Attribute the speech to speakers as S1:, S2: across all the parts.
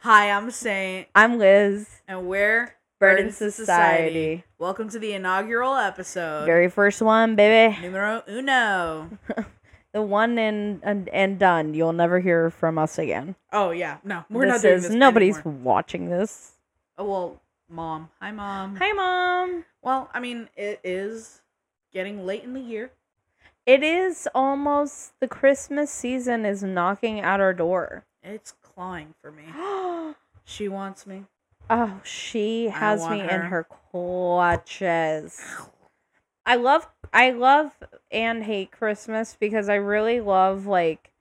S1: Hi, I'm Saint,
S2: I'm Liz.
S1: and we're
S2: Burden Society.
S1: Welcome to the inaugural episode,
S2: Very first one, baby.
S1: numero uno.
S2: The one and, and and done. You'll never hear from us again.
S1: Oh yeah, no, we're
S2: this
S1: not doing
S2: is,
S1: this.
S2: Nobody's
S1: anymore.
S2: watching this.
S1: Oh, well, mom. Hi, mom.
S2: Hi, mom.
S1: Well, I mean, it is getting late in the year.
S2: It is almost the Christmas season is knocking at our door.
S1: It's clawing for me.
S2: oh,
S1: She wants me.
S2: she has me
S1: want
S2: in
S1: her.
S2: her clutches. I love I love and hate Christmas because I really love like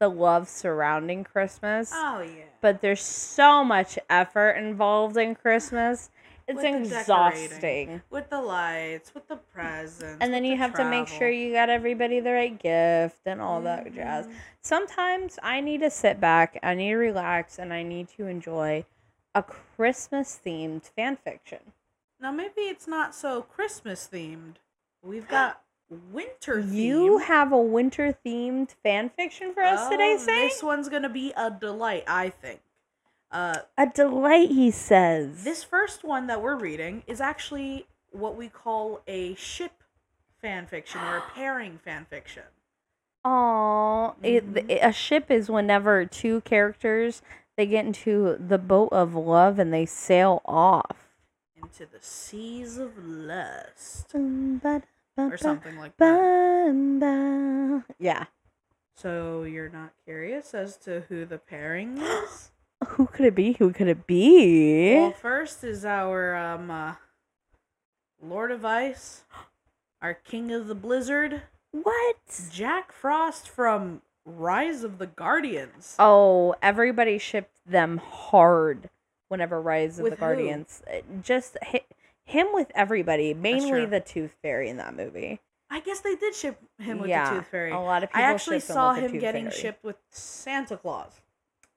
S2: the love surrounding Christmas.
S1: Oh yeah.
S2: but there's so much effort involved in Christmas. It's
S1: With the
S2: exhausting.
S1: with the lights, with the presents,
S2: And then
S1: with
S2: you
S1: the
S2: have to make sure
S1: travel.
S2: you got everybody the right gift and all that jazz.
S1: Mhm.
S2: Sometimes I need to sit back, I need to relax, and I need to enjoy a Christmas themed fan fiction.
S1: Now maybe it's not so Christmas themed. We've got winter themed.
S2: You have a winter themed fan fiction for us today,
S1: Oh,
S2: Say?
S1: This one's gonna be a delight, I think. Uh,
S2: A delight, he says.
S1: this first one that we're reading is actually what we call a ship fan fiction or a pairing fan fiction.
S2: Oh,
S1: Mhm.
S2: it, a ship is whenever two characters they get into the boat of love and they sail off.
S1: Into the seas of lust or
S2: Or
S1: something like that.
S2: Yeah.
S1: So you're not curious as to who the pairing is?
S2: Who could it be? Who could it be?
S1: Well, first is our um, uh, Lord of Ice, our King of the Blizzard,
S2: what?
S1: Jack Frost from Rise of the Guardians.
S2: Oh, everybody shipped them hard whenever Rise of
S1: With
S2: the
S1: who?
S2: Guardians. It Just hi- him with everybody, mainly
S1: true.
S2: the Tooth Fairy in that movie.
S1: I guess they did ship him with
S2: yeah,
S1: the Tooth Fairy.
S2: A lot of people
S1: I actually
S2: shipped him
S1: saw
S2: with the
S1: him
S2: Tooth
S1: getting
S2: Fairy.
S1: shipped with Santa Claus.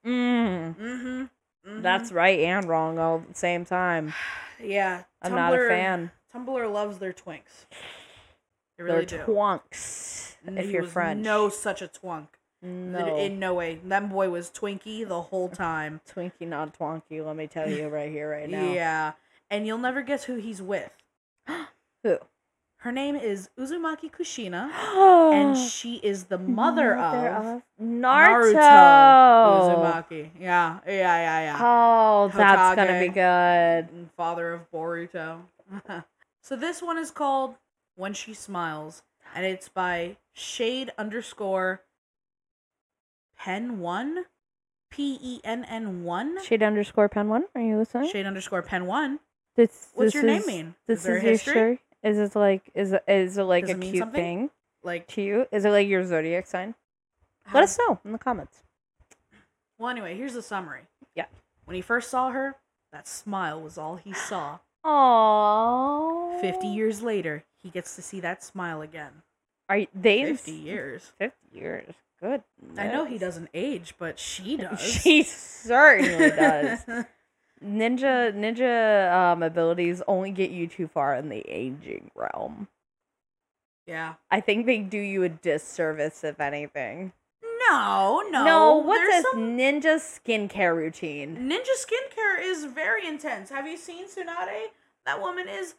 S2: Mm.
S1: Mm-hmm. hmm
S2: That's right and wrong all at the same time.
S1: yeah.
S2: I'm not a fan.
S1: Tumblr loves their twinks. They really
S2: They're
S1: do.
S2: twonks.
S1: N-
S2: if
S1: he
S2: you're
S1: was
S2: French,
S1: no such a twunk.
S2: no
S1: In no way, that boy was Twinkie the whole time.
S2: Twinkie, not Twonky. Let me tell you right here, right now.
S1: Yeah. And you'll never guess who he's with.
S2: Who?
S1: Her name is Uzumaki Kushina, and
S2: and
S1: she is the mother, of,
S2: Naruto.
S1: Naruto. Uzumaki. Yeah, yeah, yeah, yeah.
S2: Oh, that's gonna be
S1: Hokage.
S2: good.
S1: And father of Boruto. so this one is called When She Smiles, and it's by Shade underscore Pen One, P E N N One.
S2: Shade underscore pen one. Are you listening?
S1: Shade underscore Pen One.
S2: This,
S1: What's
S2: this
S1: your name
S2: is-
S1: mean?
S2: This
S1: is there a
S2: your
S1: history?
S2: shirt. Is it like is it, is it like
S1: Does
S2: a
S1: it mean
S2: cute
S1: something?
S2: thing
S1: Like,
S2: to you? Is it like your zodiac sign?
S1: how-
S2: Let us know in the comments.
S1: Well, anyway, here's the summary.
S2: Yeah.
S1: When he first saw her, that smile was all he saw.
S2: Oh,
S1: 50 years later, he gets to see that smile again.
S2: Are y- they ins-
S1: 50 years.
S2: 50 years. Good.
S1: I know he doesn't age, but she does.
S2: She certainly does. Ninja ninja um, abilities only get you too far in the aging realm.
S1: yeah.
S2: I think they do you a disservice if anything.
S1: No, no.
S2: what's
S1: There's
S2: this
S1: some-
S2: ninja skincare routine?
S1: Ninja skincare is very intense. Have you seen Tsunade? That woman is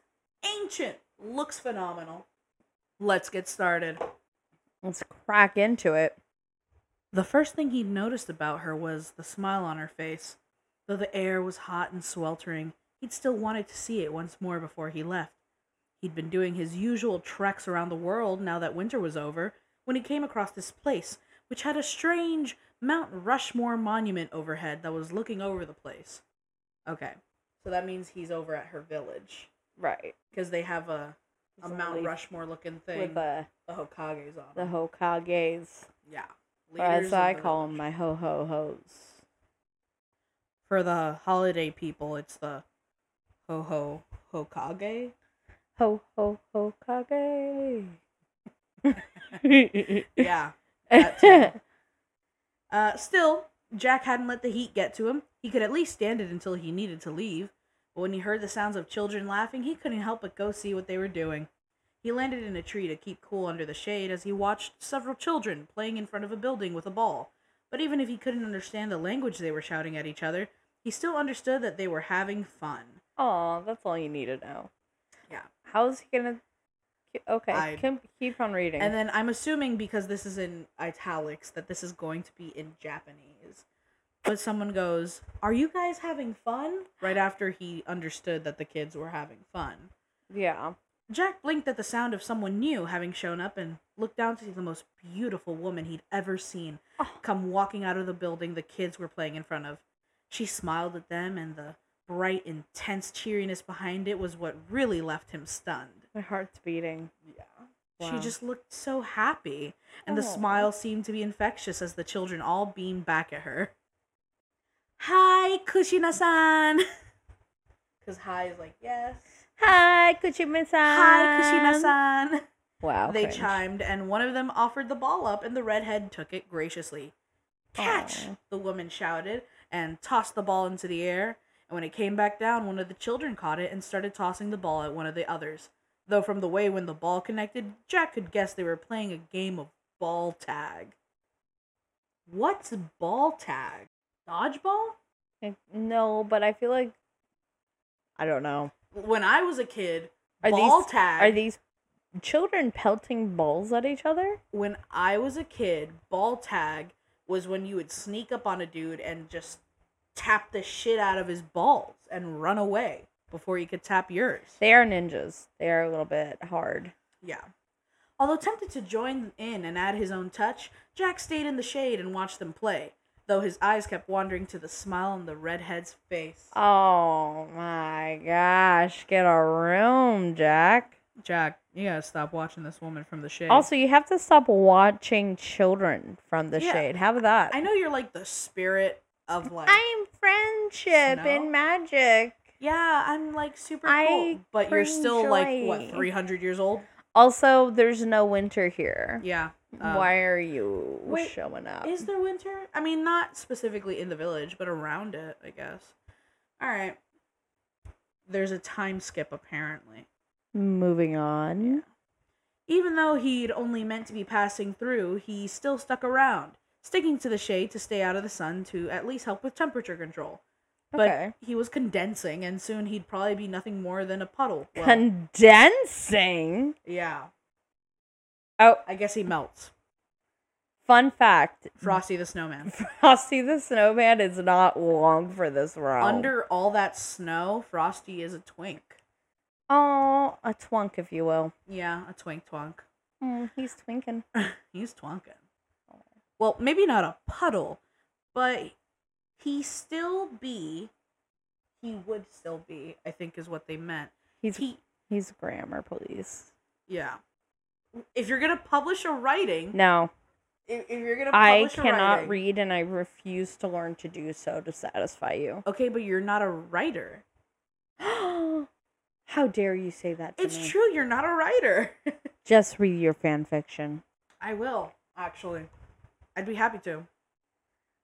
S1: ancient. Looks phenomenal. Let's get started.
S2: Let's crack into it.
S1: The first thing he'd noticed about her was the smile on her face. Though the air was hot and sweltering, he'd still wanted to see it once more before he left. He'd been doing his usual treks around the world now that winter was over when he came across this place, which had a strange Mount Rushmore monument overhead that was looking over the place. Okay, so that means he's over at her village
S2: Right.
S1: because they have a, a Mount
S2: Leaf
S1: Rushmore looking thing.
S2: with uh,
S1: the Hokages on.
S2: the
S1: it.
S2: Hokages.
S1: yeah.
S2: Or as
S1: Leaders of
S2: I
S1: the
S2: call them, my ho ho hoes.
S1: for the holiday people, it's the ho ho hokage.
S2: Ho ho Hokage.
S1: Yeah. that too. Uh, still, Jack hadn't let the heat get to him. He could at least stand it until he needed to leave. But when he heard the sounds of children laughing, he couldn't help but go see what they were doing. He landed in a tree to keep cool under the shade as he watched several children playing in front of a building with a ball. But even if he couldn't understand the language they were shouting at each other, He still understood that they were having fun.
S2: Oh, that's all you need to know.
S1: Yeah.
S2: How's he gonna? Okay,
S1: I-
S2: keep, keep on reading.
S1: And then I'm assuming because this is in italics that this is going to be in Japanese. But someone goes, "Are you guys having fun?" right after he understood that the kids were having fun.
S2: yeah.
S1: Jack blinked at the sound of someone new having shown up and looked down to see the most beautiful woman he'd ever seen
S2: Oh.
S1: come walking out of the building the kids were playing in front of. She smiled at them, and the bright, intense cheeriness behind it was what really left him stunned.
S2: My heart's beating.
S1: Yeah.
S2: Wow.
S1: She just looked so happy, and the
S2: Aw.
S1: smile seemed to be infectious as the children all beamed back at her. Hi, Kushina-san! Because hi is like, yes.
S2: Hi, Kuchima-san.
S1: Hi, Kushina-san!
S2: Wow.
S1: They
S2: cringe.
S1: chimed, and one of them offered the ball up, and the redhead took it graciously. Catch!
S2: Aw.
S1: The woman shouted and tossed the ball into the air. And when it came back down, one of the children caught it and started tossing the ball at one of the others. Though from the way when the ball connected, Jack could guess they were playing a game of ball tag. What's ball tag? Dodgeball?
S2: I- No, but I feel like I don't know.
S1: When I was a kid,
S2: Are
S1: ball
S2: these
S1: tag.
S2: are these children pelting balls at each other?
S1: when I was a kid, ball tag was when you would sneak up on a dude and just tap the shit out of his balls and run away before he could tap yours.
S2: They are ninjas. They are a little bit hard.
S1: Yeah. Although tempted to join in and add his own touch, Jack stayed in the shade and watched them play, though his eyes kept wandering to the smile on the redhead's face.
S2: Oh my gosh! Get a room, Jack.
S1: Jack, you gotta stop watching this woman from the shade.
S2: Also, you have to stop watching children from the
S1: Yeah.
S2: shade. Have that.
S1: I know you're like the spirit of like.
S2: I'm friendship
S1: Snow?
S2: and magic.
S1: yeah, I'm like super
S2: I
S1: cool, but you're
S2: bring
S1: still like what
S2: joy.
S1: 300 years old.
S2: Also, there's no winter here.
S1: Yeah. um,
S2: Why are you
S1: wait,
S2: showing up?
S1: Is there winter? I mean, not specifically in the village, but around it, I guess. All right. There's a time skip, apparently.
S2: Moving on.
S1: Even though he'd only meant to be passing through, he still stuck around, sticking to the shade to stay out of the sun to at least help with temperature control. But
S2: Okay.
S1: he was condensing, and soon he'd probably be nothing more than a puddle. Well,
S2: Condensing.
S1: yeah.
S2: Oh,
S1: I guess he melts.
S2: fun fact.
S1: Frosty the Snowman.
S2: Frosty the Snowman is not long for this round.
S1: Under all that snow, Frosty is a twink.
S2: Oh, a twunk, if you will.
S1: Yeah, a twink twunk.
S2: Mm, he's twinking.
S1: He's twunking.
S2: Oh.
S1: Well, maybe not a puddle, but he still be. He would still be. I think is what they meant.
S2: He's
S1: He,
S2: he's grammar police.
S1: yeah. If you're gonna publish a writing,
S2: No,
S1: if, if you're gonna,
S2: I
S1: publish a
S2: cannot
S1: writing-
S2: read, and I refuse to learn to do so to satisfy you.
S1: Okay, but you're not a writer.
S2: How dare you say that to
S1: It's
S2: me?
S1: true. You're not a writer.
S2: Just read your fan fiction.
S1: I will actually. I'd be happy to.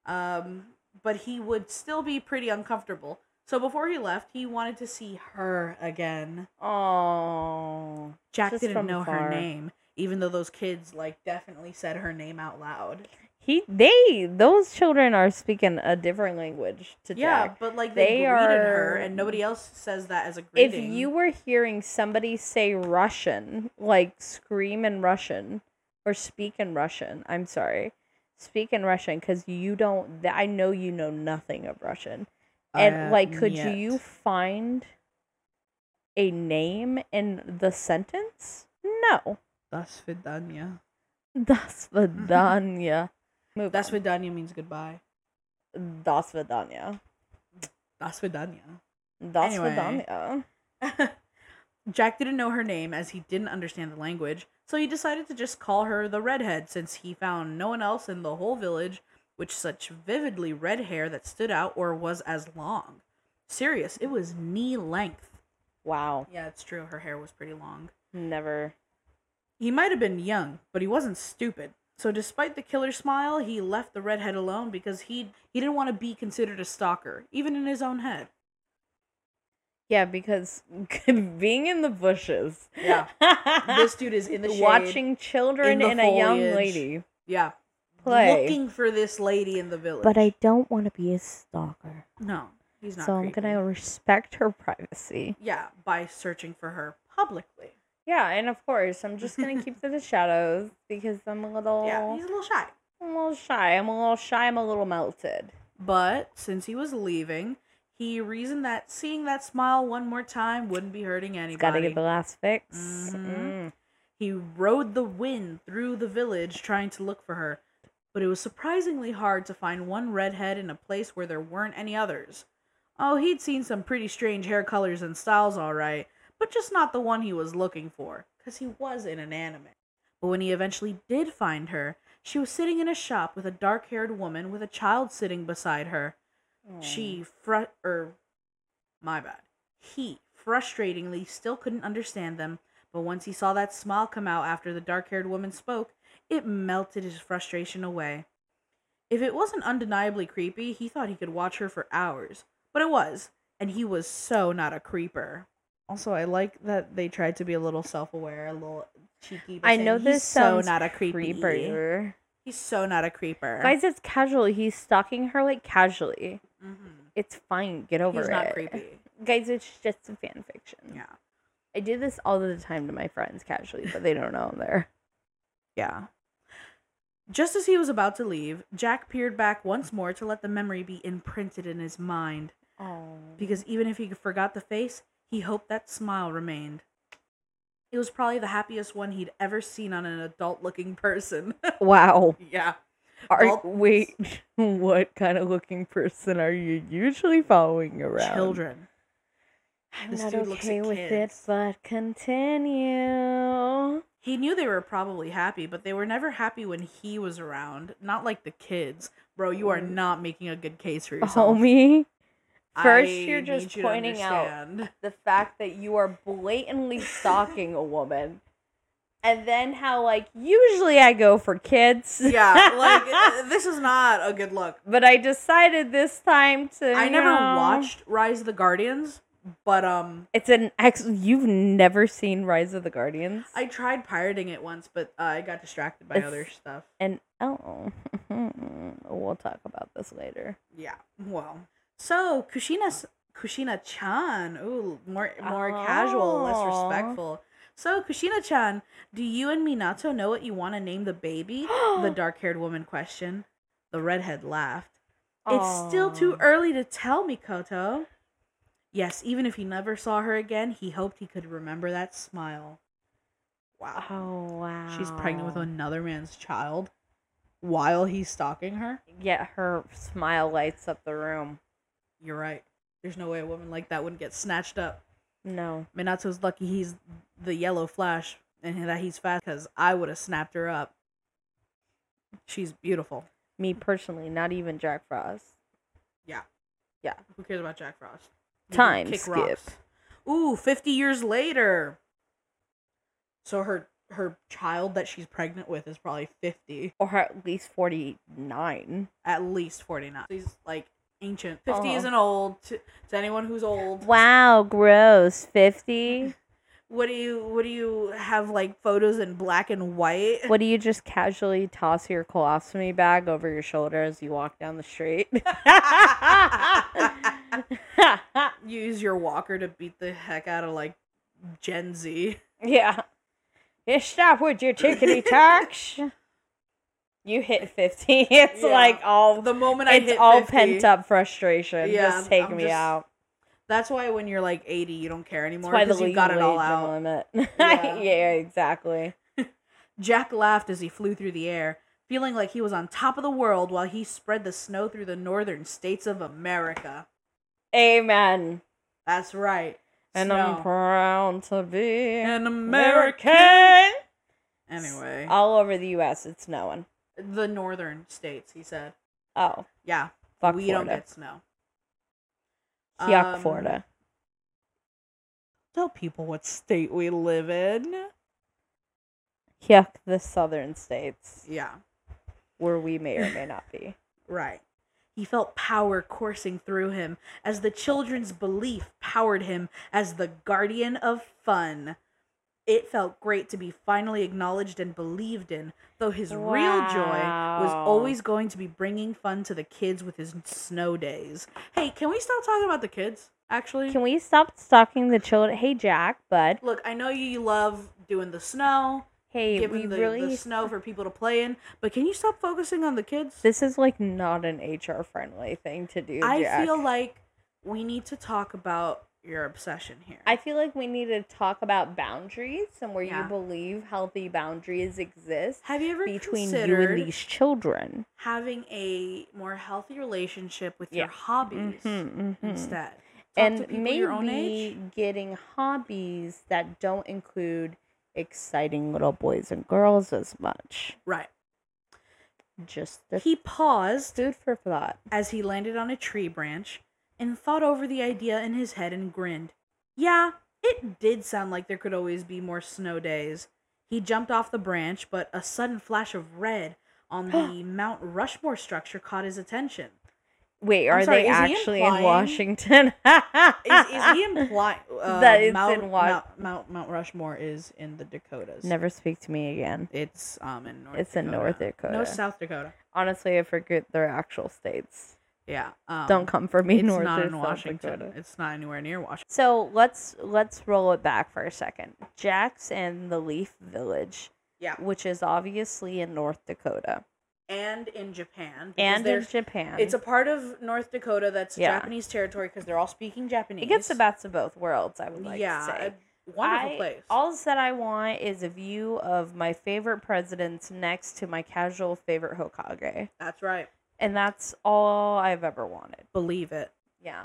S1: Um, but he would still be pretty uncomfortable. So before he left, he wanted to see her again.
S2: Oh.
S1: Jack
S2: Just
S1: didn't
S2: from
S1: know her
S2: afar.
S1: name, even though those kids like definitely said her name out loud.
S2: He they those children are speaking a different language to
S1: Yeah,
S2: Jack.
S1: but like they,
S2: They
S1: greeted her,
S2: are-
S1: and nobody else says that as a
S2: If
S1: greeting.
S2: you were hearing somebody say Russian, like scream in Russian or speak in Russian, I'm sorry. Speak in Russian cuz you don't th- I know you know nothing of Russian.
S1: Uh,
S2: And like could you find a name in the sentence? No.
S1: Das Vidania.
S2: Das Vidania. Move
S1: Das
S2: on.
S1: Vidania means goodbye.
S2: Das Vidania.
S1: Das Vidania.
S2: Das
S1: Anyway.
S2: Vidania.
S1: Jack didn't know her name as he didn't understand the language, so he decided to just call her the redhead since he found no one else in the whole village with such vividly red hair that stood out or was as long. Serious, it was knee length.
S2: Wow.
S1: Yeah, it's true. Her hair was pretty long.
S2: Never.
S1: He might have been young, but he wasn't stupid. So despite the killer smile, he left the redhead alone because he he didn't want to be considered a stalker, even in his own head.
S2: Yeah, because being in the bushes.
S1: Yeah. This dude is in the shade.
S2: Watching children
S1: in the
S2: and a young
S1: foliage.
S2: lady
S1: yeah,
S2: play.
S1: looking for this lady in the village.
S2: but I don't want to be a stalker.
S1: no. He's not.
S2: so I'm
S1: creepy.
S2: gonna respect her privacy.
S1: Yeah, by searching for her publicly.
S2: Yeah, and of course I'm just gonna keep to the shadows because I'm a little,
S1: Yeah, he's a little shy.
S2: I'm a little shy. I'm a little shy. I'm a little melted.
S1: But since he was leaving, he reasoned that seeing that smile one more time wouldn't be hurting anybody.
S2: Gotta get the last fix.
S1: Mhm.
S2: Mm.
S1: He rode the wind through the village trying to look for her, but it was surprisingly hard to find one redhead in a place where there weren't any others. Oh, he'd seen some pretty strange hair colors and styles, all right, but just not the one he was looking for, 'cause he was in an anime. But when he eventually did find her, she was sitting in a shop with a dark haired woman with a child sitting beside her.
S2: Mm.
S1: She fru- er, my bad. He frustratingly still couldn't understand them, but once he saw that smile come out after the dark-haired woman spoke, it melted his frustration away. If it wasn't undeniably creepy, he thought he could watch her for hours, but it was, and he was so not a creeper. Also, I like that they tried to be a little self-aware, a little cheeky. by
S2: I know
S1: saying,
S2: this
S1: He's
S2: sounds
S1: so not a creepy.
S2: creeper.
S1: He's so not a creeper.
S2: Guys, it's casual. He's stalking her like casually.
S1: Mhm.
S2: It's fine. Get over
S1: he's
S2: it.
S1: not creepy.
S2: Guys, it's just a fan fiction.
S1: Yeah.
S2: I do this all the time to my friends casually, but they don't know I'm there.
S1: Yeah. Just as he was about to leave, Jack peered back once more to let the memory be imprinted in his mind,
S2: Oh.
S1: because even if he forgot the face, he hoped that smile remained. It was probably the happiest one he'd ever seen on an adult looking person.
S2: Wow.
S1: yeah.
S2: Are,
S1: Well-
S2: wait, what kind of looking person are you usually following around?
S1: Children.
S2: I'm
S1: This
S2: not
S1: dude looks
S2: okay
S1: at
S2: with it,
S1: kids.
S2: but continue.
S1: He knew they were probably happy, but they were never happy when he was around. Not like the kids. Bro, you are
S2: Mm.
S1: not making a good case for yourself.
S2: Homie, first
S1: I
S2: you're just
S1: need you to
S2: pointing out
S1: understand.
S2: the fact that you are blatantly stalking a woman. And then how like usually I go for kids.
S1: yeah, like uh, this is not a good look.
S2: but I decided this time to
S1: I
S2: you
S1: never
S2: know-
S1: watched Rise of the Guardians, but um,
S2: It's an ex you've never seen Rise of the Guardians?
S1: I tried pirating it once, but uh, I got distracted by
S2: It's-
S1: other stuff.
S2: and oh we'll talk about this later.
S1: Yeah, well, so Kushina Kushina Chan, ooh, more more casual, less
S2: Aw.
S1: respectful. So Kushina Chan, do you and Minato know what you want to name the baby? the dark haired woman questioned. The redhead laughed. It's still too
S2: Aw.
S1: early to tell, Mikoto. Yes, even if he never saw her again, he hoped he could remember that smile. Wow.
S2: Oh wow.
S1: She's pregnant with another man's child while he's stalking her.
S2: Yet her smile lights up the room.
S1: You're right. There's no way a woman like that wouldn't get snatched up.
S2: No.
S1: Minato's lucky he's the yellow flash and that he's fast because I would have snapped her up. She's beautiful.
S2: Me personally, not even Jack Frost.
S1: Who cares about Jack Frost? You can
S2: Time skip.
S1: Ooh, 50 years later. So her her child that she's pregnant with is probably 50,
S2: Or at least forty nine.
S1: at least 49. She's like ancient. 50
S2: Uh-huh.
S1: isn't old to, to anyone who's old.
S2: Wow, gross. Fifty?
S1: What do you what do you have like photos in black and white?
S2: What do you just casually toss your colostomy bag over your shoulder as you walk down the street?
S1: Use your walker to beat the heck out of like Gen Z.
S2: yeah. Yeah, stop with your tickety tax. You hit 50. It's
S1: Yeah.
S2: like all
S1: The moment I
S2: it's
S1: hit
S2: all
S1: 50,
S2: pent up frustration.
S1: Yeah,
S2: just take
S1: I'm
S2: me
S1: just
S2: out.
S1: That's why when you're like 80, you don't care anymore
S2: That's why the
S1: because
S2: legal
S1: you got it all
S2: wage
S1: out.
S2: limit.
S1: Yeah.
S2: Yeah. exactly.
S1: Jack laughed as he flew through the air, feeling like he was on top of the world while he spread the snow through the northern states of America.
S2: Amen.
S1: That's right.
S2: And
S1: snow.
S2: I'm proud to be
S1: an
S2: American. uh,
S1: Anyway,
S2: All over the U.S. It's snowing.
S1: the northern states, he said.
S2: Oh,
S1: Yeah,
S2: fuck
S1: we
S2: Florida.
S1: don't get snow.
S2: Yuck,
S1: Um,
S2: Florida.
S1: Tell people what state we live in.
S2: Yuck, the southern states
S1: Yeah,
S2: where we may or may not be.
S1: right. He felt power coursing through him as the children's belief powered him as the guardian of fun. It felt great to be finally acknowledged and believed in, though his real joy was
S2: Wow.
S1: always going to be bringing fun to the kids with his snow days. Hey, can we stop talking about the kids, actually?
S2: Can we stop stalking the children? Hey, Jack, bud.
S1: Look, I know you love doing the snow,
S2: Hey, we
S1: giving the,
S2: really.
S1: the snow for people to play in, but can you stop focusing on the kids?
S2: This is like not an HR friendly thing to do.
S1: I
S2: Jack.
S1: feel like we need to talk about your obsession here.
S2: I feel like we need to talk about boundaries and where
S1: Yeah.
S2: you believe healthy boundaries exist
S1: have you ever
S2: between you
S1: considered
S2: and these children.
S1: having a more healthy relationship with your
S2: Yeah.
S1: hobbies
S2: Mhm, mhm.
S1: instead? Talk to
S2: And
S1: people
S2: maybe
S1: your own age.
S2: getting hobbies that don't include exciting little boys and girls as much.
S1: Right.
S2: Just the
S1: He paused
S2: food for thought.
S1: as he landed on a tree branch and thought over the idea in his head and grinned. Yeah, it did sound like there could always be more snow days. He jumped off the branch, but a sudden flash of red on the Mount Rushmore structure caught his attention.
S2: Wait,
S1: I'm
S2: are
S1: sorry,
S2: they
S1: is he
S2: actually in
S1: implying-
S2: Washington?
S1: Is, is he implying uh,
S2: That it's
S1: Mount,
S2: in Wa-
S1: Mount, Mount Mount Rushmore is in the Dakotas?
S2: Never speak to me again.
S1: It's um in North.
S2: It's in North
S1: No
S2: Dakota.
S1: South Dakota.
S2: Honestly, I forget their actual states.
S1: Yeah. Um,
S2: Don't come for me,
S1: It's
S2: North
S1: not
S2: or
S1: in
S2: South
S1: Washington.
S2: Dakota.
S1: It's not anywhere near Washington.
S2: So let's let's roll it back for a second. Jack's in the Leaf Village,
S1: Yeah.
S2: which is obviously in North Dakota
S1: And in Japan. because
S2: and in
S1: there's-
S2: Japan.
S1: It's a part of North Dakota that's
S2: Yeah.
S1: Japanese territory because they're all speaking Japanese.
S2: it gets the best of both worlds. I would like
S1: yeah,
S2: to say.
S1: a wonderful
S2: I-
S1: place.
S2: All that I want is a view of my favorite presidents next to my casual favorite Hokage,
S1: that's right.
S2: and that's all I've ever wanted.
S1: Believe it.
S2: Yeah.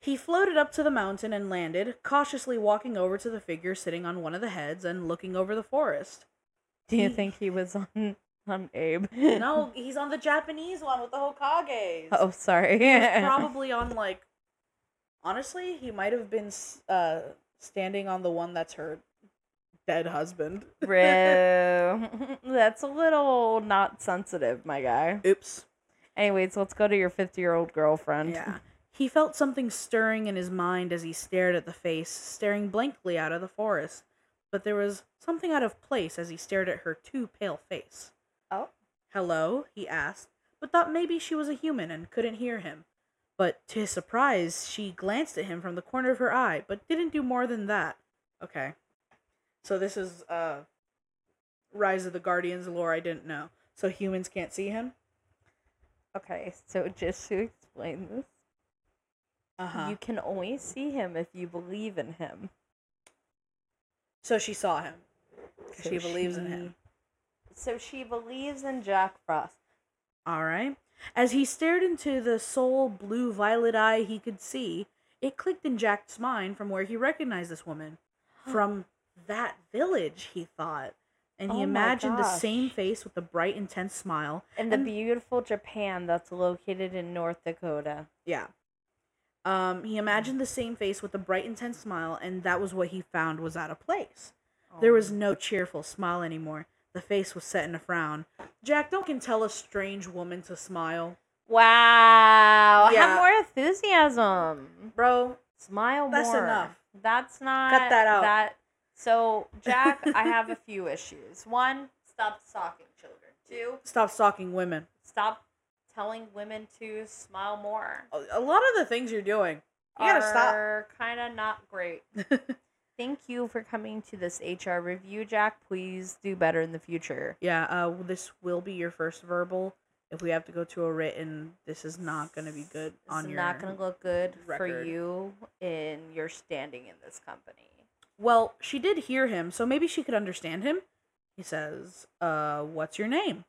S1: He floated up to the mountain and landed, cautiously walking over to the figure sitting on one of the heads and looking over the forest.
S2: Do you
S1: He-
S2: think he was on on Abe?
S1: No, he's on the Japanese one with the Hokages.
S2: Oh, sorry.
S1: Probably on like. Honestly, he might have been s- uh, standing on the one that's her dead husband.
S2: Bro, that's a little not sensitive, my guy.
S1: Oops.
S2: Anyways, let's go to your 50 year old girlfriend.
S1: Yeah. He felt something stirring in his mind as he stared at the face, staring blankly out of the forest. But there was something out of place as he stared at her too pale face.
S2: Oh.
S1: Hello? he asked, but thought maybe she was a human and couldn't hear him. But to his surprise, she glanced at him from the corner of her eye, but didn't do more than that. Okay. So this is uh Rise of the Guardians lore I didn't know. So humans can't see him?
S2: Okay, so just to explain this,
S1: Uh-huh.
S2: you can only see him if you believe in him.
S1: So she saw him.
S2: So
S1: she believes in him.
S2: So she believes in Jack Frost.
S1: All right. As he stared into the sole blue violet eye he could see, it clicked in Jack's mind from where he recognized this woman. From that village, he thought. And he
S2: Oh my
S1: imagined the
S2: gosh.
S1: same face with the bright, intense smile.
S2: In the
S1: And-
S2: beautiful Japan that's located in North Dakota.
S1: Yeah. Um, he imagined the same face with the bright, intense smile, and that was what he found was out of place. There was
S2: Oh.
S1: no cheerful smile anymore. The face was set in a frown. Jack, don't can tell a strange woman to smile.
S2: Wow.
S1: Yeah.
S2: Have more enthusiasm.
S1: Bro,
S2: Smile
S1: That's
S2: more.
S1: enough.
S2: That's not
S1: Cut that out.
S2: That so Jack, I have a few issues. One, stop stalking children. Two,
S1: stop stalking women.
S2: stop telling women to smile more.
S1: a lot of the things you're doing. You gotta stop.
S2: Are kind of not great. Thank you for coming to this HR review, Jack. Please do better in the future.
S1: Yeah, uh, this will be your first verbal. If we have to go to a written, this is not gonna be good
S2: This
S1: on
S2: is
S1: your.
S2: not going to look good for
S1: record.
S2: you in your standing in this company.
S1: Well, she did hear him, so maybe she could understand him. He says, "Uh, what's your name?"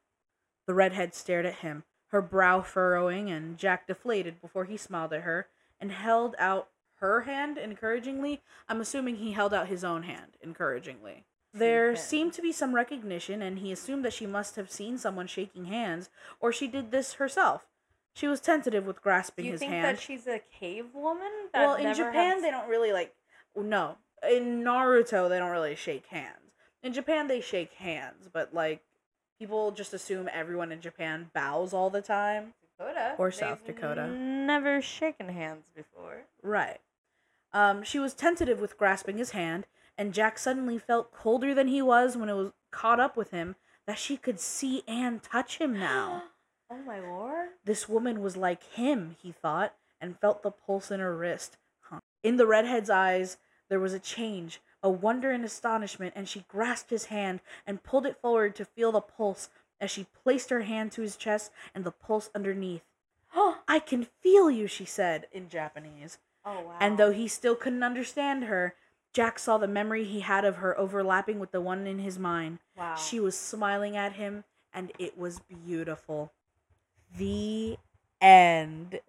S1: The redhead stared at him, her brow furrowing, and Jack deflated before he smiled at her and held out her hand encouragingly. I'm assuming he held out his own hand encouragingly. There
S2: Okay.
S1: seemed to be some recognition, and he assumed that she must have seen someone shaking hands, or she did this herself. She was tentative with
S2: Do
S1: grasping
S2: you
S1: his
S2: think
S1: hand.
S2: that she's a cave woman? That
S1: well, in
S2: never
S1: Japan,
S2: has-
S1: they don't really like. No, in Naruto, they don't really shake hands. In Japan, they shake hands, but like people just assume everyone in Japan bows all the time.
S2: Dakota
S1: Or South
S2: They've
S1: Dakota.
S2: Never shaken hands before.
S1: Right. Um, she was tentative with grasping his hand, and Jack suddenly felt colder than he was when it was caught up with him that she could see and touch him now.
S2: oh my lord.
S1: This woman was like him, he thought, and felt the pulse in her wrist. Huh. In the redhead's eyes, there was a change, a wonder and astonishment, and she grasped his hand and pulled it forward to feel the pulse as she placed her hand to his chest and the pulse underneath.
S2: oh
S1: I can feel you, she said in Japanese.
S2: wow.
S1: And though he still couldn't understand her, Jack saw the memory he had of her overlapping with the one in his mind.
S2: wow.
S1: She was smiling at him, and it was beautiful.
S2: the end.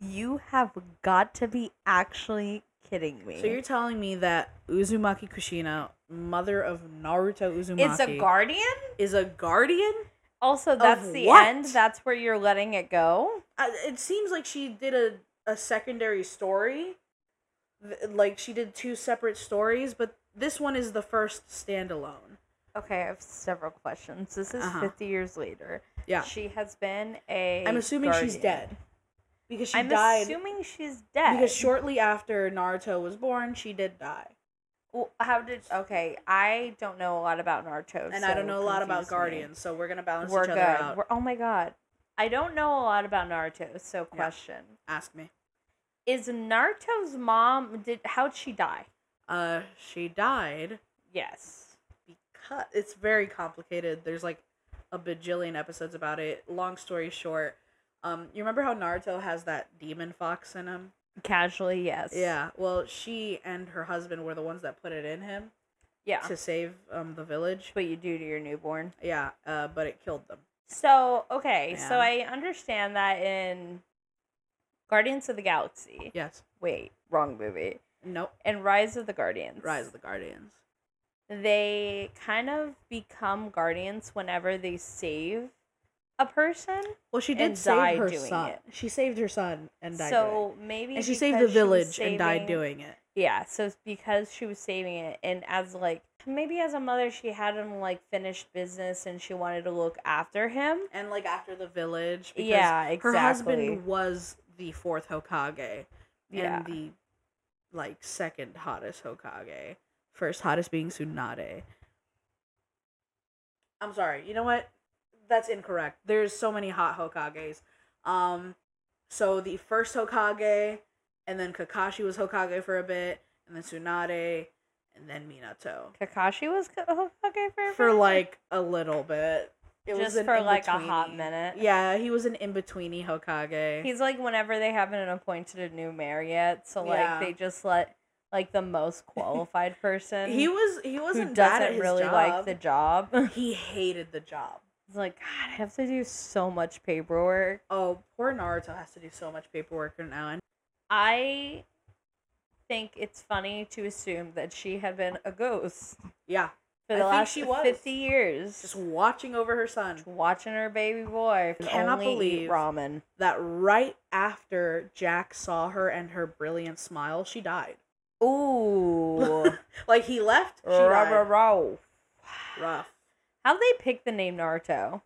S2: You have got to be actually kidding me.
S1: So you're telling me that Uzumaki Kushina, mother of Naruto Uzumaki,
S2: it's a guardian?
S1: is a guardian?
S2: Also, that's the
S1: what?
S2: end. That's where you're letting it go.
S1: Uh, it seems like she did a, a secondary story. Th- Like she did two separate stories, but this one is the first standalone.
S2: Okay, I have several questions. This is
S1: Uh-huh.
S2: 50 years later.
S1: Yeah.
S2: She has been a.
S1: I'm assuming she's
S2: guardian.
S1: dead. Because she
S2: I'm
S1: died.
S2: assuming she's dead.
S1: Because shortly after Naruto was born, she did die.
S2: Well, how did? Okay, I don't know a lot about Naruto,
S1: And I don't
S2: so
S1: know a lot about
S2: confuse me.
S1: Guardians, so we're gonna balance
S2: We're
S1: each
S2: good.
S1: other out.
S2: We're, oh my god, I don't know a lot about Naruto. So question:
S1: Ask me.
S2: Is Naruto's mom? Did how'd she die?
S1: Uh, she died
S2: Yes.
S1: because it's very complicated. There's like a bajillion episodes about it. Long story short, um, you remember how Naruto has that demon fox in him?
S2: Casually, yes.
S1: Yeah. Well, she and her husband were the ones that put it in him
S2: Yeah.
S1: to save um the village.
S2: What you do to your newborn.
S1: Yeah. Uh, but it killed them.
S2: So okay, so
S1: Yeah.
S2: I understand that in Guardians of the Galaxy.
S1: Yes.
S2: Wait, wrong movie.
S1: Nope.
S2: And Rise of the Guardians.
S1: Rise of the Guardians.
S2: they kind of become guardians whenever they save a person.
S1: Well, she did
S2: and
S1: save
S2: died
S1: her
S2: doing
S1: son.
S2: it.
S1: She saved her son and died. doing it.
S2: so maybe
S1: and she saved the
S2: because she was
S1: village and died
S2: saving-
S1: doing it.
S2: Yeah, so it's because she was saving it, and as like maybe as a mother, she had him like finished business, and she wanted to look after him.
S1: And like after the village, because
S2: yeah, exactly.
S1: her husband was the fourth Hokage
S2: Yeah.
S1: and the like second hottest Hokage. First hottest being Tsunade. I'm sorry. You know what? That's incorrect. There's so many hot Hokages. Um, so the first Hokage, and then Kakashi was Hokage for a bit, and then Tsunade, and then Minato.
S2: Kakashi was co- oh, okay for a
S1: for
S2: minute?
S1: like a little bit. It
S2: just
S1: an
S2: for like a hot
S1: in-betweeny.
S2: minute.
S1: Yeah, he was an in betweeny Hokage.
S2: He's like whenever they haven't appointed a new mayor yet, so like
S1: Yeah.
S2: they just let like the most qualified person
S1: he was he
S2: who
S1: wasn't
S2: doesn't
S1: bad at his
S2: really
S1: job.
S2: like the job. it's
S1: he hated the job.
S2: like God, I have to do so much paperwork.
S1: Oh, poor Naruto has to do so much paperwork right now. And
S2: I think it's funny to assume that she had been a ghost
S1: yeah,
S2: for
S1: I
S2: the
S1: think
S2: last
S1: she was.
S2: fifty years,
S1: just watching over her son.
S2: watching her baby boy and
S1: Cannot
S2: only eat
S1: believe-
S2: ramen.
S1: That right after Jack saw her and her brilliant smile, she died.
S2: Ooh,
S1: Like he left, she
S2: Rah, rah,
S1: died.
S2: rah.
S1: Rough.
S2: How they pick the name Naruto?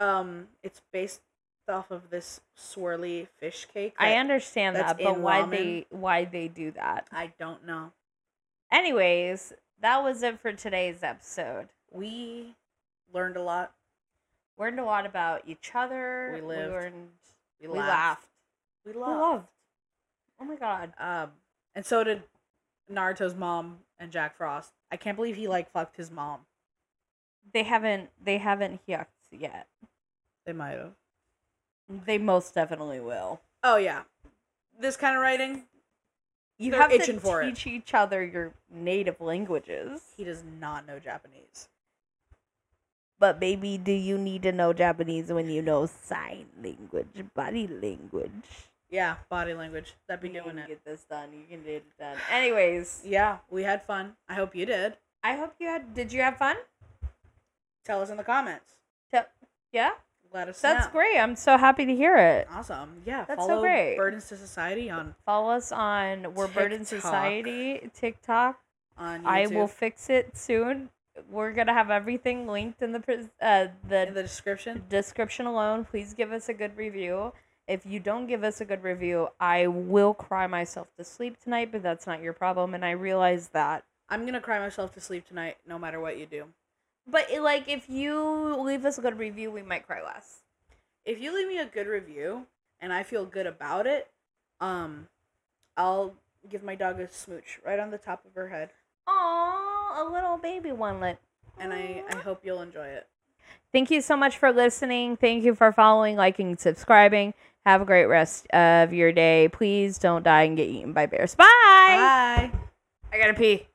S1: Um, it's based off of this swirly fish cake.
S2: I
S1: that
S2: understand
S1: that's
S2: that, but
S1: in
S2: why
S1: ramen.
S2: they why they do that?
S1: I don't know.
S2: Anyways, that was it for today's episode.
S1: We learned a lot.
S2: Learned a lot about each other.
S1: We lived.
S2: learned-
S1: We
S2: We,
S1: laughed.
S2: laughed.
S1: We
S2: We
S1: loved.
S2: loved. Oh my god.
S1: Um, and so did Naruto's mom and Jack Frost. I can't believe he like fucked his mom.
S2: They haven't they haven't yucked yet.
S1: They might have.
S2: They most definitely will.
S1: Oh yeah, this kind of writing.
S2: You
S1: They're
S2: have
S1: itching
S2: to
S1: for it.
S2: teach each other your native languages.
S1: He does not know Japanese.
S2: But baby, do you need to know Japanese when you know sign language, body language?
S1: Yeah, body language. That'd be
S2: You
S1: doing
S2: can
S1: it.
S2: get this done. You can get it done. Anyways,
S1: Yeah, we had fun. I hope you did.
S2: I hope you had. Did you have fun?
S1: Tell us in the comments.
S2: Yeah,
S1: Let us
S2: that's
S1: know.
S2: great. I'm so happy to hear it.
S1: Awesome. Yeah.
S2: That's so
S1: follow
S2: great.
S1: Burdens to Society on
S2: Follow us on We're Burden
S1: TikTok.
S2: Society TikTok.
S1: on YouTube.
S2: I will fix it soon. We're gonna have everything linked in the pres- uh, the
S1: in the description.
S2: description alone. Please give us a good review. If you don't give us a good review, I will cry myself to sleep tonight, but that's not your problem. And I realize that.
S1: I'm gonna cry myself to sleep tonight, no matter what you do.
S2: But it, like, if you leave us a good review, we might cry less.
S1: If you leave me a good review and I feel good about it, um, I'll give my dog a smooch right on the top of her head,
S2: Aww, a little baby onelet.
S1: and I I hope you'll enjoy it.
S2: Thank you so much for listening. Thank you for following, liking, subscribing. Have a great rest of your day. Please don't die and get eaten by bears. Bye.
S1: Bye.
S2: I gotta pee.